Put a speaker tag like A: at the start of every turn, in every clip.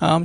A: I'm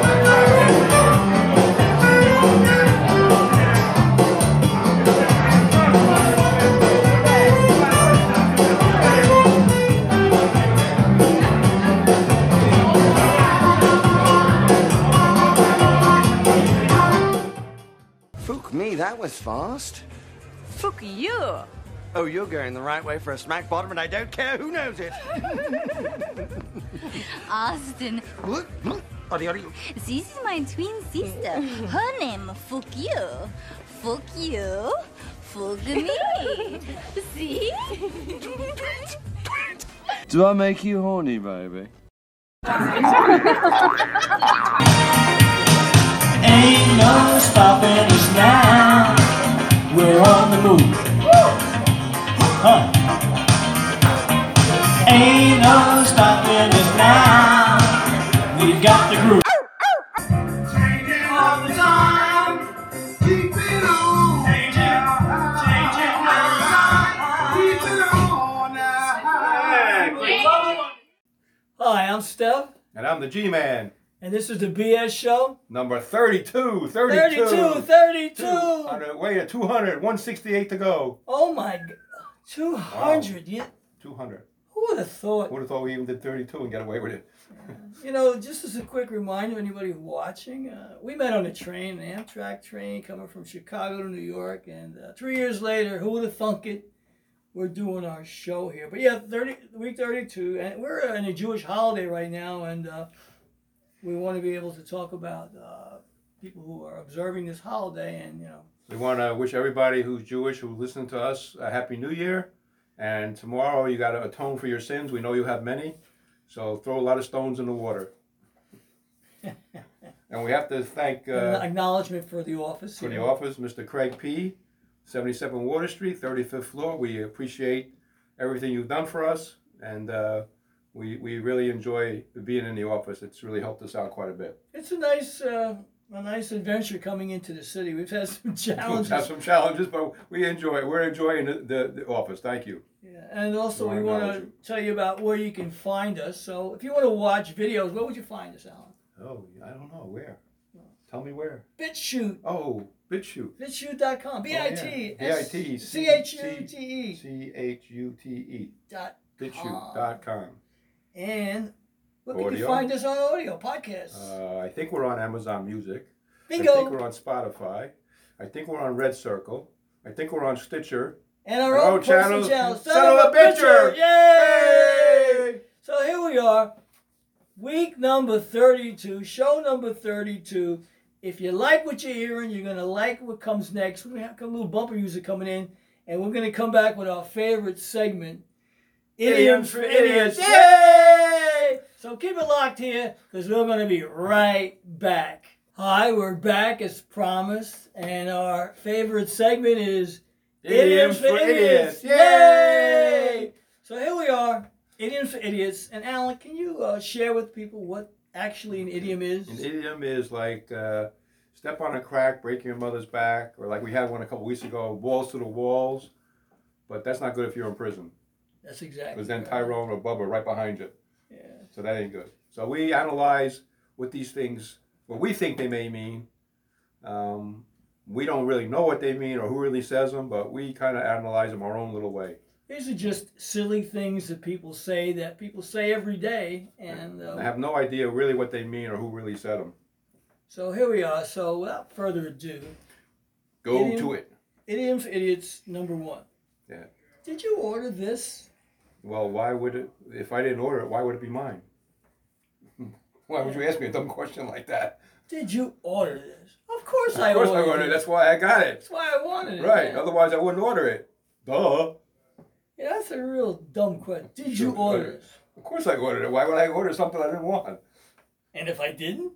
B: Fook me, that was fast.
C: Fuck you.
B: Oh, you're going the right way for a smack bottom, and I don't care who knows it.
C: Austin,
B: Look, look, oddy, oddy.
C: this is my twin sister. Her name, fuck you. Fuck you. Fuck me. See?
D: Do I make you horny, baby?
E: Ain't no stopping us now. We're on the move. Huh. Ain't no stopping us now. We've got the groove. Changing all the time. Keep it on. Changing, changing all the time. Keep it on now.
F: Hi, I'm Steph,
G: And I'm the G Man,
F: and this is the BS Show.
G: number 32, 32.
F: 32, 32.
G: 200, Wait, a 200, 168 to go.
F: Oh my, g- 200. You,
G: 200.
F: who would have thought?
G: Would have thought we even did 32 and got away with it.
F: You know, just as a quick reminder, anybody watching, uh, we met on a train, an Amtrak train coming from Chicago to New York, and uh, three years later, who would have thunk it? We're doing our show here, but yeah, thirty week thirty-two, and we're in a Jewish holiday right now, and uh, we want to be able to talk about uh, people who are observing this holiday, and you know,
G: We want to wish everybody who's Jewish who listened to us a happy new year. And tomorrow you got to atone for your sins. We know you have many. So throw a lot of stones in the water. and we have to thank
F: an
G: uh,
F: acknowledgement for the office.
G: for the
F: here.
G: office, Mr. Craig P., 77 Water Street, 35th floor. We appreciate everything you've done for us, and uh, we, we really enjoy being in the office. It's really helped us out quite a bit.
F: It's a nice, uh, a nice adventure coming into the city. We've had some
G: We've
F: challenges,
G: had some challenges, but we enjoy it. We're enjoying the, the, the office. Thank you.
F: Yeah, and also
G: Well, I
F: we want to
G: acknowledge
F: tell you about where you can find us. So if you want to watch videos, where would you find us, Alan?
G: Oh, I don't know. Where? Tell me where.
F: BitChute,
G: Oh, BitChute.
F: BitChute.com, B-I-T,
G: Oh, yeah. B.I.T.,
F: S- C-H-U-T-E
G: C H U T E.
F: E dot, Ah.
G: BitChute.com.
F: and where can you
G: Audio.
F: find us on audio podcasts?
G: Uh, I think we're on Amazon Music. I think
F: Bingo,
G: we're on Spotify. I think we're on Red Circle. I think we're on Stitcher.
F: and our
G: Our
F: own
G: own
F: personal
G: channel,
F: channel,
G: Son of a Bitcher!
F: Yay!
G: Hey!
F: So here we are, week number 32, show number 32. If you like what you're hearing, you're going to like what comes next. We're going to have a little bumper music coming in, and we're going to come back with our favorite segment Idioms for Idiots. Yay! So keep it locked here because we're going to be right back. Hi, we're back as promised, and our favorite segment is Idioms for Idiots! Yay! So here we are, Idioms for Idiots. And Alan, can you uh, share with people what actually an idiom is?
G: An idiom is like uh, step on a crack, break your mother's back, or like we had one a couple weeks ago, walls to the walls. But that's not good if you're in prison,
F: That's exactly.
G: because then
F: right.
G: Tyrone or Bubba right behind you.
F: Yeah.
G: So that ain't good. So we analyze what these things, what we think they may mean. Um, we don't really know what they mean or who really says them, but we kind of analyze them our own little way.
F: These are just silly things that people say that people say every day. And
G: I
F: uh,
G: have no idea really what they mean or who really said them.
F: so here we are. So without further ado,
G: Go
F: Idiom.
G: to it.
F: Idiom for Idiots number one.
G: Yeah.
F: Did you order this?
G: Well, why would it, if I didn't order it, why would it be mine? why would you ask me a dumb question like that?
F: Did you order this? Of course I
G: Of course
F: ordered
G: I ordered it.
F: it.
G: That's why I got it.
F: That's why I wanted it.
G: Right.
F: man.
G: Otherwise, I wouldn't order it. Duh.
F: Yeah, that's a real dumb question. Did you order this?
G: Of course I ordered it. Why would I order something I didn't want?
F: And if I didn't?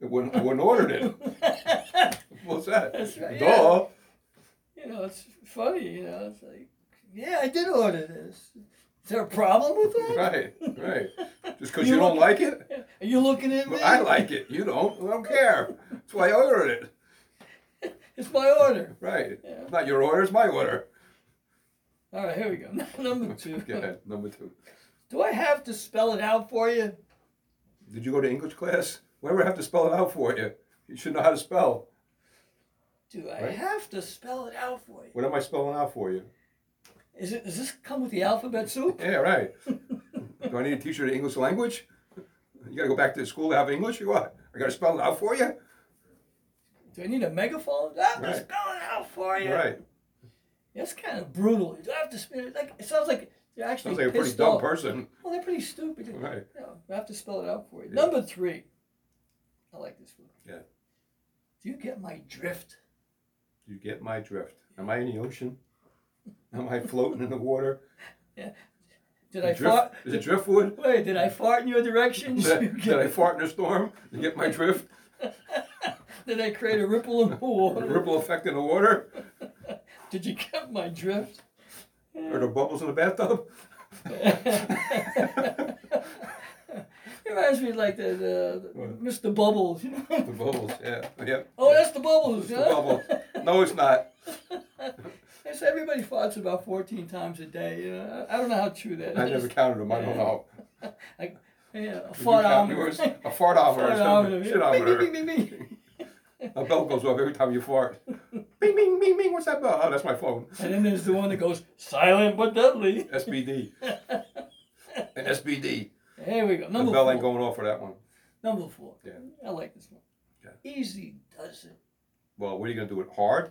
G: It wouldn't, I wouldn't ordered it. What's that?
F: That's right,
G: Duh.
F: yeah. You know, it's funny, you know, it's like, yeah, I did order this. Is there a problem with that?
G: Right, right. Just because
F: You
G: you, don't
F: look-
G: like it?
F: Are you looking at me?
G: Well, I like it. You don't. I don't care. That's why I ordered it.
F: It's my order.
G: Right. It's not your order, it's my order.
F: All right, here we go. Number two.
G: Go ahead, number two.
F: Do I have to spell it out for you?
G: Did you go to English class? Why would I have to spell it out for you? You should know how to spell.
F: Do I
G: Right.
F: have to spell it out for you?
G: What am I spelling out for you?
F: Is it? Does this come with the alphabet soup?
G: Yeah, right. Do I need to teach you the English language? You gotta go back to school to have English or what? I gotta spell it out for you?
F: Do I need a megaphone? Do I have to
G: Right.
F: spell it out for you?
G: Right.
F: That's kind of brutal. Do I have to spell it? Like it sounds like you're actually
G: Sounds like a pretty
F: pissed
G: dumb
F: off.
G: person.
F: Well, they're pretty stupid.
G: Right.
F: You know, I have to spell it out for you. Number three. I like this one.
G: Yeah.
F: Do you get my drift?
G: You get my drift. Am I in the ocean? Am I floating in the water?
F: Did I
G: Drift-
F: fart?
G: is it driftwood?
F: Wait, did I fart in your direction?
G: Did I, did I fart in a storm? Did you get my drift?
F: Did I create a ripple in the
G: The
F: water?
G: ripple effect in the water?
F: Did you get my drift?
G: Or the bubbles in the bathtub?
F: It reminds me like the, the, the Mr. Bubbles. You know?
G: The bubbles, yeah. yeah.
F: Oh, that's the Bubbles.
G: The
F: huh?
G: bubble. No, it's not.
F: Yes, everybody farts about 14 times a day. You know? I I don't know how true that is.
G: I never counted them. I don't know.
F: Like, yeah, a
G: You
F: fart
G: count
F: omelet.
G: yours? A fart off or
F: Fart
G: something.
F: omelet.
G: Shit
F: Bing,
G: omelet.
F: bing, bing, bing, bing.
G: A bell goes off every time you fart. Bing, bing, bing, bing. What's that bell? Oh, that's my phone.
F: And then there's the one that goes silent but deadly.
G: SBD. An SBD.
F: Here we go.
G: The
F: Number
G: bell
F: four.
G: ain't going off for that one.
F: Number four.
G: Yeah.
F: I like this one.
G: Yeah.
F: Easy does it.
G: Well, what are you gonna do? It hard?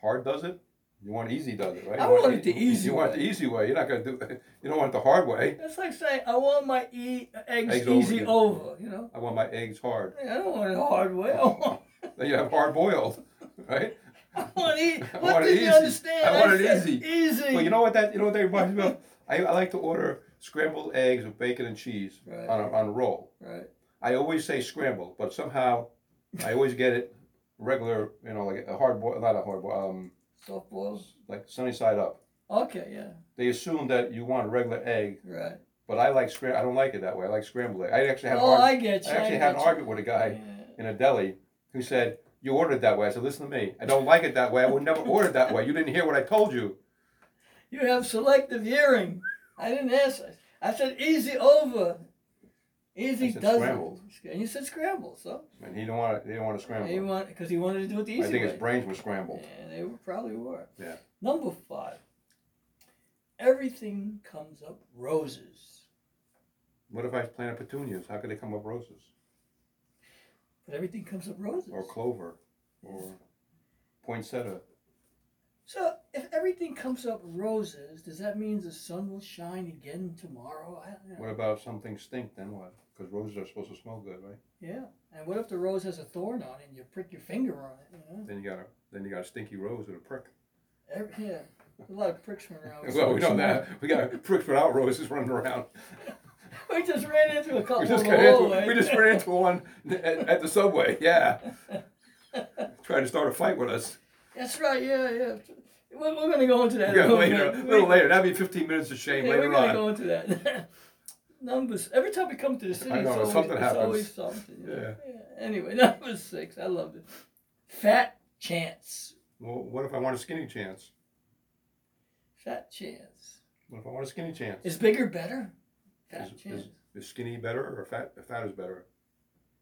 G: Hard does it? You want easy does it, right?
F: I
G: You
F: want it the
G: you-
F: easy
G: You want it
F: way.
G: the easy way. You're not gonna do. You don't want it the hard way.
F: That's like saying I want my e- eggs,
G: Eggs over,
F: easy
G: yeah.
F: over, You know,
G: I want my eggs hard.
F: I don't want it hard way. I want,
G: Then you have hard boiled, right?
F: I want e-
G: I
F: What
G: want it
F: did
G: easy.
F: you understand?
G: I want it
F: said
G: easy.
F: Easy.
G: Well, you know what that you know what that reminds me of. I, I like to order scrambled eggs with bacon and cheese
F: Right.
G: on a, on a roll.
F: Right.
G: I always say scrambled, but somehow I always get it regular, you know, like a hard boil, not a hard boil, um,
F: Soft boils.
G: like sunny side up.
F: Okay. Yeah.
G: They assume that you want a regular egg,
F: Right.
G: but I like scram. I don't like it that way. I like scrambled egg. I actually had an
F: Oh,
G: argu-
F: I get you.
G: I actually
F: I
G: had an
F: get you.
G: argument with a guy
F: Yeah.
G: in a deli who said, "You ordered that way." I said, "Listen to me. I don't like it that way. I would never order it that way. You didn't hear what I told you."
F: You have selective hearing. I didn't ask. I said easy over. Easy
G: I said
F: doesn't.
G: scrambled.
F: And you said scramble. So
G: And he didn't want to. He didn't want to
F: he
G: scramble.
F: want because he wanted to do it the easy
G: I think
F: way.
G: his brains were scrambled.
F: Yeah, they were, probably were.
G: Yeah.
F: Number five. Everything comes up roses,
G: What if I planted petunias? How could they come up roses
F: but everything comes up roses.
G: or clover or poinsettia?
F: So if everything comes up roses, does that mean the sun will shine again tomorrow? I don't know.
G: What about if something stink? Then what? Because roses are supposed to smell good, right?
F: Yeah. And what if the rose has a thorn on it and you prick your finger on it? You know?
G: Then you got a then you got a stinky rose with a prick.
F: Every, yeah. A lot of pricks running around.
G: Well, we don't have we got pricks without roses running around.
F: We just ran into a couple
G: We just
F: in
G: got
F: the
G: into,
F: hallway.
G: we just ran into one at, at the subway. Yeah, trying to start a fight with us.
F: That's right. Yeah, yeah. We're, we're gonna go into that. a
G: Yeah,
F: little
G: later, a
F: bit.
G: little later. That'd be 15 minutes of shame
F: Yeah, we're
G: later
F: gonna
G: on.
F: go into that. Numbers. Every time we come to the city,
G: I know,
F: it's always,
G: something
F: it's
G: happens.
F: always something.
G: Yeah.
F: Anyway, number six. I loved it. Fat chance.
G: Well, what if I want a skinny chance?
F: Fat chance.
G: What if I want a skinny chance?
F: Is bigger better? Fat
G: Is-
F: chance.
G: is, is skinny better or fat? Fat is better.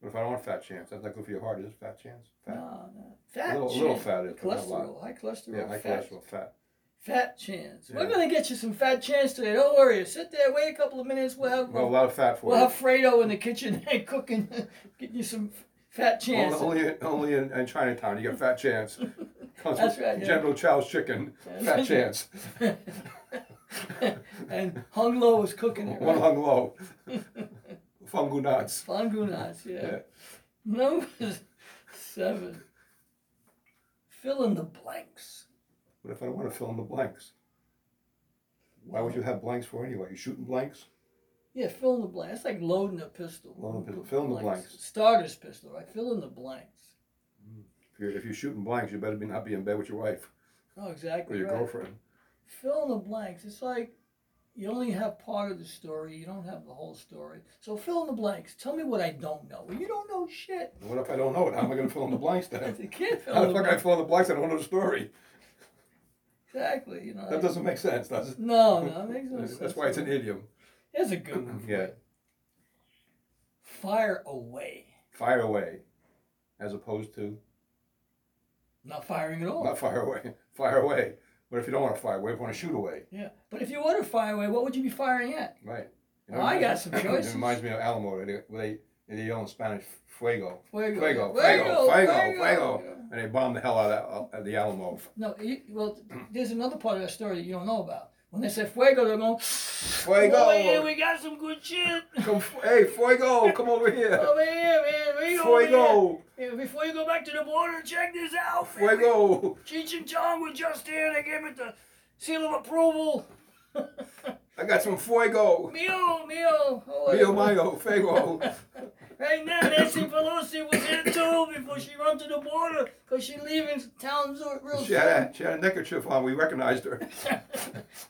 G: What if I don't want fat chance? That's not good for your heart. Is it fat chance? Fat.
F: no, no. Fat
G: little-
F: chance.
G: little fat is, but not a lot.
F: cholesterol. High cholesterol.
G: yeah, high
F: fat.
G: cholesterol. Fat.
F: Fat chance. We're
G: Yeah.
F: gonna get you some fat chance today. Don't worry. Sit there. Wait a couple of minutes. We'll have
G: Well, a lot of fat for
F: We'll
G: you.
F: have Fredo in the kitchen and cooking, getting you some fat chance.
G: Only, only, only in, in Chinatown, you got fat chance. Comes
F: That's
G: with
F: right, yeah.
G: General Chow's chicken, fat chance.
F: and Hung Lo was cooking it.
G: One
F: Right?
G: hung low. Fungu nuts.
F: Fangu nuts, yeah.
G: Yeah.
F: Number seven. Fill in the blanks.
G: What if I don't want to fill in the blanks? Why would you have blanks for anyway? You shooting blanks?
F: Yeah, fill in the blanks. It's like loading a pistol.
G: Loading a pistol. Fill in the blanks.
F: Starter's pistol, right? Fill in the blanks.
G: If you're, if you're shooting blanks, you better be not be in bed with your wife
F: Oh, exactly.
G: or your
F: right.
G: girlfriend.
F: Fill in the blanks. It's like you only have part of the story. You don't have the whole story. So fill in the blanks. Tell me what I don't know. Well, you don't know shit.
G: What if I don't know it? How am I going to fill in the blanks
F: You
G: then?
F: can't
G: How
F: fill in
G: the
F: the
G: fuck I fill in the blanks? I don't know the story.
F: Exactly. You know.
G: That doesn't make sense, does it?
F: No, no, it makes no sense.
G: That's why it's an idiom.
F: That's a good one.
G: Yeah.
F: Fire away.
G: Fire away, as opposed to
F: Not firing at all.
G: not fire away. Fire away. What if you don't want to fire away? You want to shoot away,
F: Yeah. But if you were to fire away, what would you be firing at?
G: right? You
F: Well, I got some
G: It
F: choices.
G: reminds me of Alamo. where They where they, they yell in Spanish fuego.
F: Fuego.
G: Fuego, fuego,
F: Fuego,
G: fuego,
F: fuego.
G: fuego, and they bombed the hell out of that- of the Alamo.
F: No, you, well, there's another part of that story that you don't know about. When they say fuego, they're going,
G: Fuego!
F: oh, yeah, we got some good shit.
G: Come, f- hey, fuego! Come over here.
F: Over here, man. We over
G: Fuego!
F: here. Yeah, Before you go back to the border, check this out. man.
G: Fuego!
F: Cheech and Chong were just here. They gave it the seal of approval.
G: I got some fuego.
F: Mio, mio. Oh,
G: Mio mayo, fuego.
F: Right now, Nancy Pelosi was here too before she run to the border because she leaving town so- real
G: She had, a, she had a neckerchief on. We recognized her.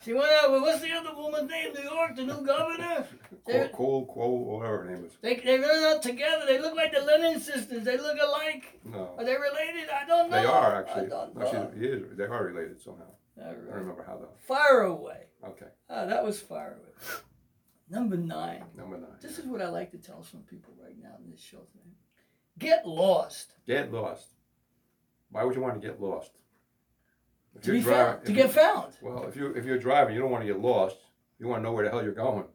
F: She went out. Well, what's the other woman's name? New York, the new governor.
G: Cole,
F: They
G: Cole, Cole, whatever her name was.
F: they they run out together. They look like the Lennon sisters. They look alike.
G: No.
F: Are they related? I don't know.
G: They are
F: I
G: actually.
F: don't
G: No,
F: know.
G: she's, he is, they are related somehow.
F: All
G: I don't
F: right.
G: remember how though.
F: Fire away.
G: Okay,
F: Ah, that was fire away. Number nine.
G: number nine.
F: This is what I like to tell some people right now in this show tonight. Get lost.
G: Get lost. Why would you want to get lost? If
F: To
G: you're
F: be
G: driving-
F: found.
G: if
F: To
G: you-
F: get found.
G: Well, if you if you're driving, you don't want to get lost. You want to know where the hell you're going.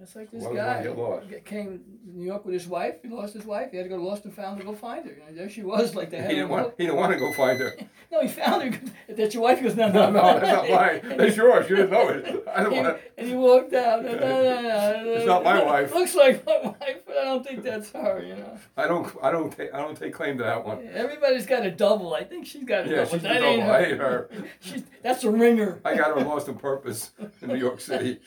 F: That's like this
G: Why would one
F: guy
G: get lost?
F: g- came to New York with his wife. He lost his wife. He had to go to Lost and Found to go find her. You know, there she was, like they had
G: He didn't
F: him
G: want.
F: hooked.
G: He didn't want to go find her.
F: No, he found her. That's your wife. He goes, no, no,
G: No, no, that's not mine. That's yours. You didn't know it. I don't
F: And,
G: want.
F: and he walked out. No, no, no, no, no,
G: It's not my
F: no,
G: wife.
F: Looks like my wife, but I don't think that's her. You know,
G: I don't. I don't. Take, I don't take claim to that one.
F: everybody's got a double. I think she's got a
G: Yeah,
F: double.
G: she's the
F: that
G: double.
F: ain't
G: I hate her.
F: She's, that's a ringer.
G: I got her lost on purpose in New York City.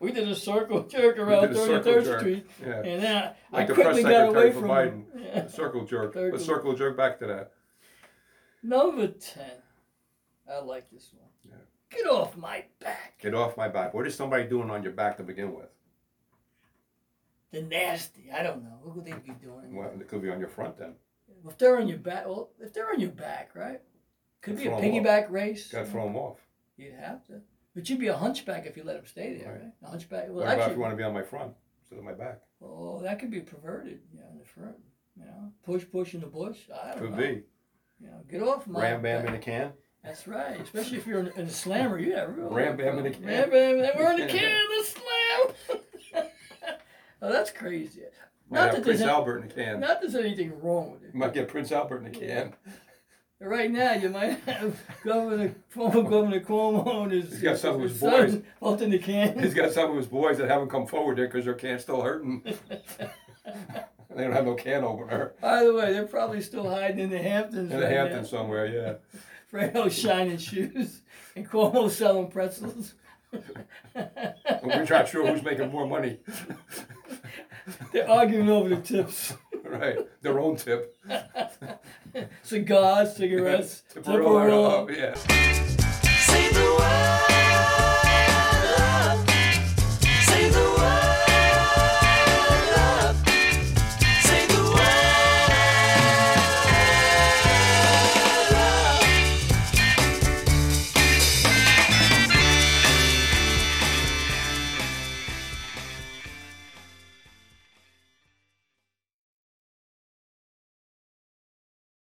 F: We did a circle jerk around
G: did a circle
F: 33rd
G: jerk.
F: Street,
G: Yeah.
F: and uh,
G: Like
F: I
G: the press
F: quickly got
G: secretary
F: away
G: for
F: from
G: Biden.
F: her. Yeah.
G: Circle jerk.
F: Circle.
G: Let's circle jerk back to that.
F: Number 10. I like this one. Get off my back.
G: Get off my back. What is somebody doing on your back to begin with?
F: The nasty. I don't know. What would they be doing?
G: Well, it could be on your front then.
F: If they're on your back, well, if they're on your back, right? Could be a
G: Throw 'em off.
F: piggyback race.
G: Got to throw them off.
F: You'd have to. But you'd be a hunchback if you let them stay there,
G: Right.
F: right? A hunchback. Well,
G: What about if
F: actually,
G: you want to be on my front instead of my back?
F: oh, that could be perverted. Yeah, in the front. You know, push, push in the bush. I don't
G: Could
F: know.
G: be.
F: You know, get off my
G: Ram bam
F: back.
G: in a can.
F: That's right. Especially if you're in, in a slammer, you have real.
G: Ram bam in a can.
F: Ram bam, and we're in a can of slam. oh, that's crazy.
G: Might
F: Not
G: have
F: that
G: Prince
F: there's any,
G: Albert in a can.
F: not there's anything wrong with it.
G: You might get Prince Albert in a can.
F: Right now, you might have Governor former Governor Cuomo and his,
G: He's got some of his
F: son
G: boys.
F: both in the
G: He's
F: can.
G: got some of his boys that haven't come forward yet because their can's still hurting. they don't have no can opener.
F: By the way, they're probably still hiding in the Hamptons.
G: In the
F: right now.
G: Hamptons somewhere, yeah.
F: Fredo shining shoes and Cuomo selling pretzels.
G: We're not sure who's making more money.
F: They're arguing over the tips.
G: right. Their own tip.
F: Cigars, cigarettes,
G: Tip or roll, I
F: Tupperware.
G: don't know, yeah.